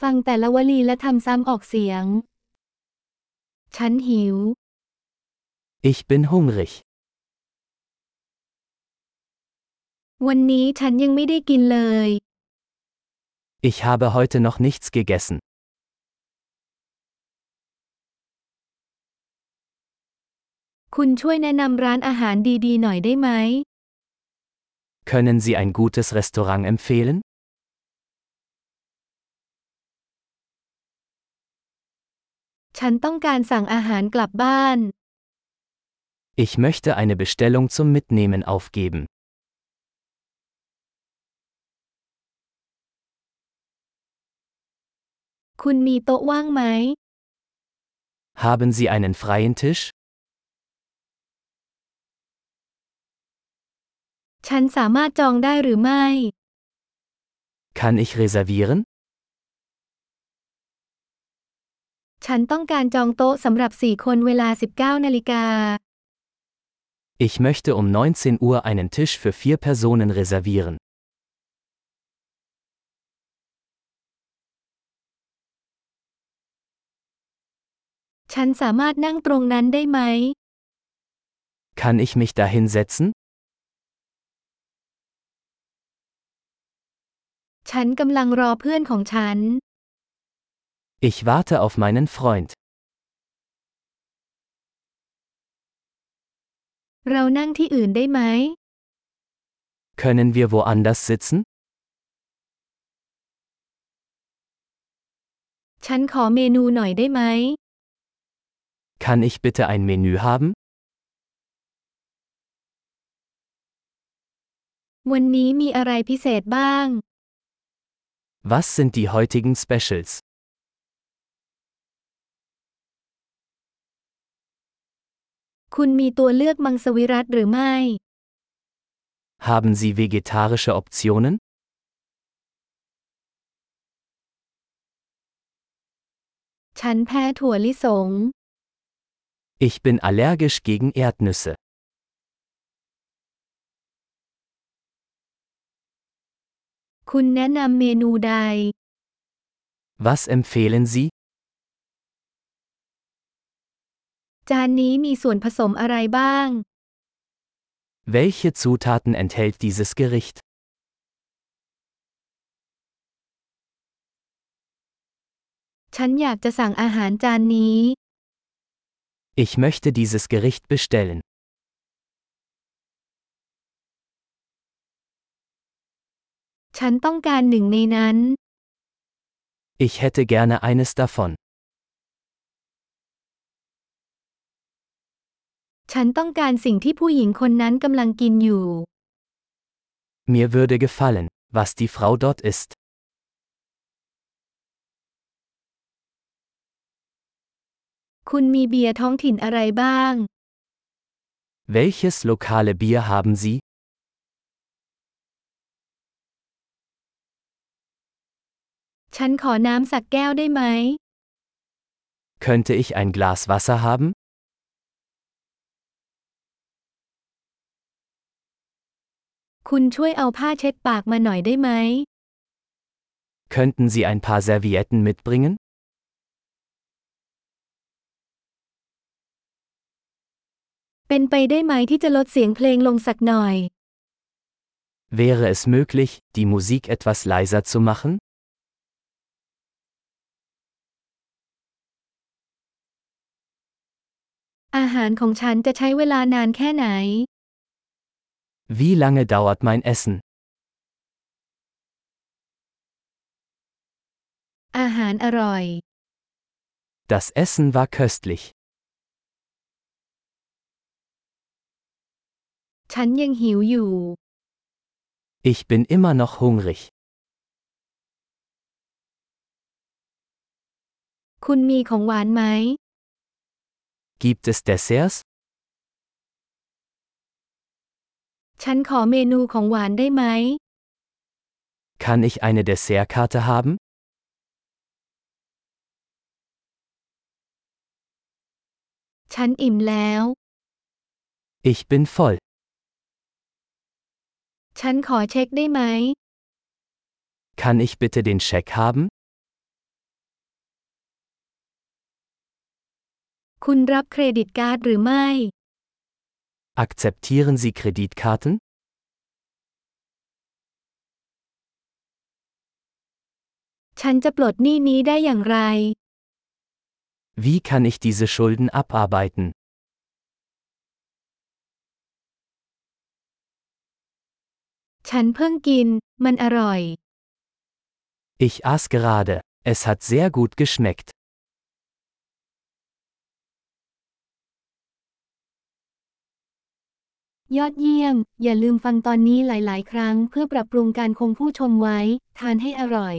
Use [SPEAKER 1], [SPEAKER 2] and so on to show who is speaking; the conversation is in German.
[SPEAKER 1] ฟังแต่ละวลีและทำซ้ำออกเสียง ฉันหิว
[SPEAKER 2] Ich bin hungrig.
[SPEAKER 1] วันนี้ฉันยังไม่ได้กินเลย
[SPEAKER 2] Ich habe heute noch nichts gegessen.
[SPEAKER 1] คุณช่วยแนะนำร้านอาหารดีๆ หน่อยได้ไหม
[SPEAKER 2] Können Sie ein gutes Restaurant empfehlen?
[SPEAKER 1] ฉันต้องการสั่งอาหารกลับบ้าน
[SPEAKER 2] Ich möchte eine Bestellung zum Mitnehmen aufgeben.
[SPEAKER 1] คุณมีโต๊ะว่างไหม
[SPEAKER 2] Haben Sie einen freien Tisch?
[SPEAKER 1] ฉันสามารถจองได้หรือไม่
[SPEAKER 2] Kann ich reservieren?
[SPEAKER 1] ฉันต้องการจองโต๊ะสำหรับ 4 คนเวลา 19นาฬิกา
[SPEAKER 2] Ich möchte um 19 Uhr einen Tisch für vier Personen reservieren.
[SPEAKER 1] ฉันสามารถนั่งตรงนั้นได้ไหม
[SPEAKER 2] Kann ich mich dahin setzen?
[SPEAKER 1] ฉันกำลังรอเพื่อนของฉัน
[SPEAKER 2] Ich warte auf meinen Freund.
[SPEAKER 1] เรานั่งที่อื่นได้ไหม
[SPEAKER 2] Können wir woanders sitzen?
[SPEAKER 1] ฉันขอเมนูหน่อยได้ไหม
[SPEAKER 2] Kann ich bitte ein Menü haben?
[SPEAKER 1] วันนี้มีอะไรพิเศษบ้าง
[SPEAKER 2] Was sind die heutigen Specials?
[SPEAKER 1] คุณมีตัวเลือกมังสวิรัตหรือไม่
[SPEAKER 2] Haben Sie vegetarische Optionen?
[SPEAKER 1] ฉันแพ้ถั่วลิสง
[SPEAKER 2] Ich bin allergisch gegen Erdnüsse.
[SPEAKER 1] คุณแนะนำเมนูใด
[SPEAKER 2] Was empfehlen Sie?
[SPEAKER 1] จานนี้มีส่วนผสมอะไรบ้าง
[SPEAKER 2] Welche Zutaten enthält dieses Gericht?
[SPEAKER 1] ฉันอยากจะสั่งอาหารจานนี้
[SPEAKER 2] Ich möchte dieses Gericht bestellen.
[SPEAKER 1] ฉันต้องการหนึ่งในนั้น
[SPEAKER 2] Ich hätte gerne eines davon.
[SPEAKER 1] ฉันต้องการสิ่งที่ผู้หญิงคนนั้นกำลังกินอยู่
[SPEAKER 2] Mir würde gefallen, was die Frau dort isst.
[SPEAKER 1] คุณมีเบียร์ท้องถิ่นอะไรบ้าง
[SPEAKER 2] Welches lokale Bier haben Sie?
[SPEAKER 1] ฉันขอน้ำสักแก้วได้ไหม
[SPEAKER 2] Könnte ich ein Glas Wasser haben?
[SPEAKER 1] คุณช่วยเอาผ้าเช็ดปากมาหน่อยได้ไหม
[SPEAKER 2] Könnten Sie ein paar Servietten mitbringen?
[SPEAKER 1] เป็นไปได้ไหมที่จะลดเสียงเพลงลงสักหน่อย
[SPEAKER 2] Wäre es möglich, die Musik etwas leiser zu machen?
[SPEAKER 1] อาหารของฉันจะใช้เวลานานแค่ไหน
[SPEAKER 2] Wie lange dauert mein Essen?
[SPEAKER 1] อาหารอร่อย
[SPEAKER 2] Das Essen war köstlich.
[SPEAKER 1] ฉันยังหิวอยู่
[SPEAKER 2] Ich bin immer noch hungrig.
[SPEAKER 1] คุณมีของหวานไหม
[SPEAKER 2] Gibt es Desserts?
[SPEAKER 1] ฉันขอเมนูของหวานได้ไหม
[SPEAKER 2] Kann ich eine Dessertkarte haben?
[SPEAKER 1] ฉันอิ่มแล้ว
[SPEAKER 2] Ich bin voll.
[SPEAKER 1] ฉันขอเช็คได้ไหม
[SPEAKER 2] Kann ich bitte den Scheck haben?
[SPEAKER 1] คุณรับเครดิตการ์ดหรือไม่
[SPEAKER 2] Akzeptieren Sie Kreditkarten?
[SPEAKER 1] ฉันจะปลดหนี้นี้ได้อย่างไร
[SPEAKER 2] Wie kann ich diese Schulden abarbeiten?
[SPEAKER 1] ฉันเพิ่งกิน มันอร่อย
[SPEAKER 2] Ich aß gerade. Es hat sehr gut geschmeckt.
[SPEAKER 1] ยอดเยี่ยม อย่าลืมฟังตอนนี้หลาย ๆ ครั้งเพื่อปรับปรุงการคงผู้ชมไว้ ทานให้อร่อย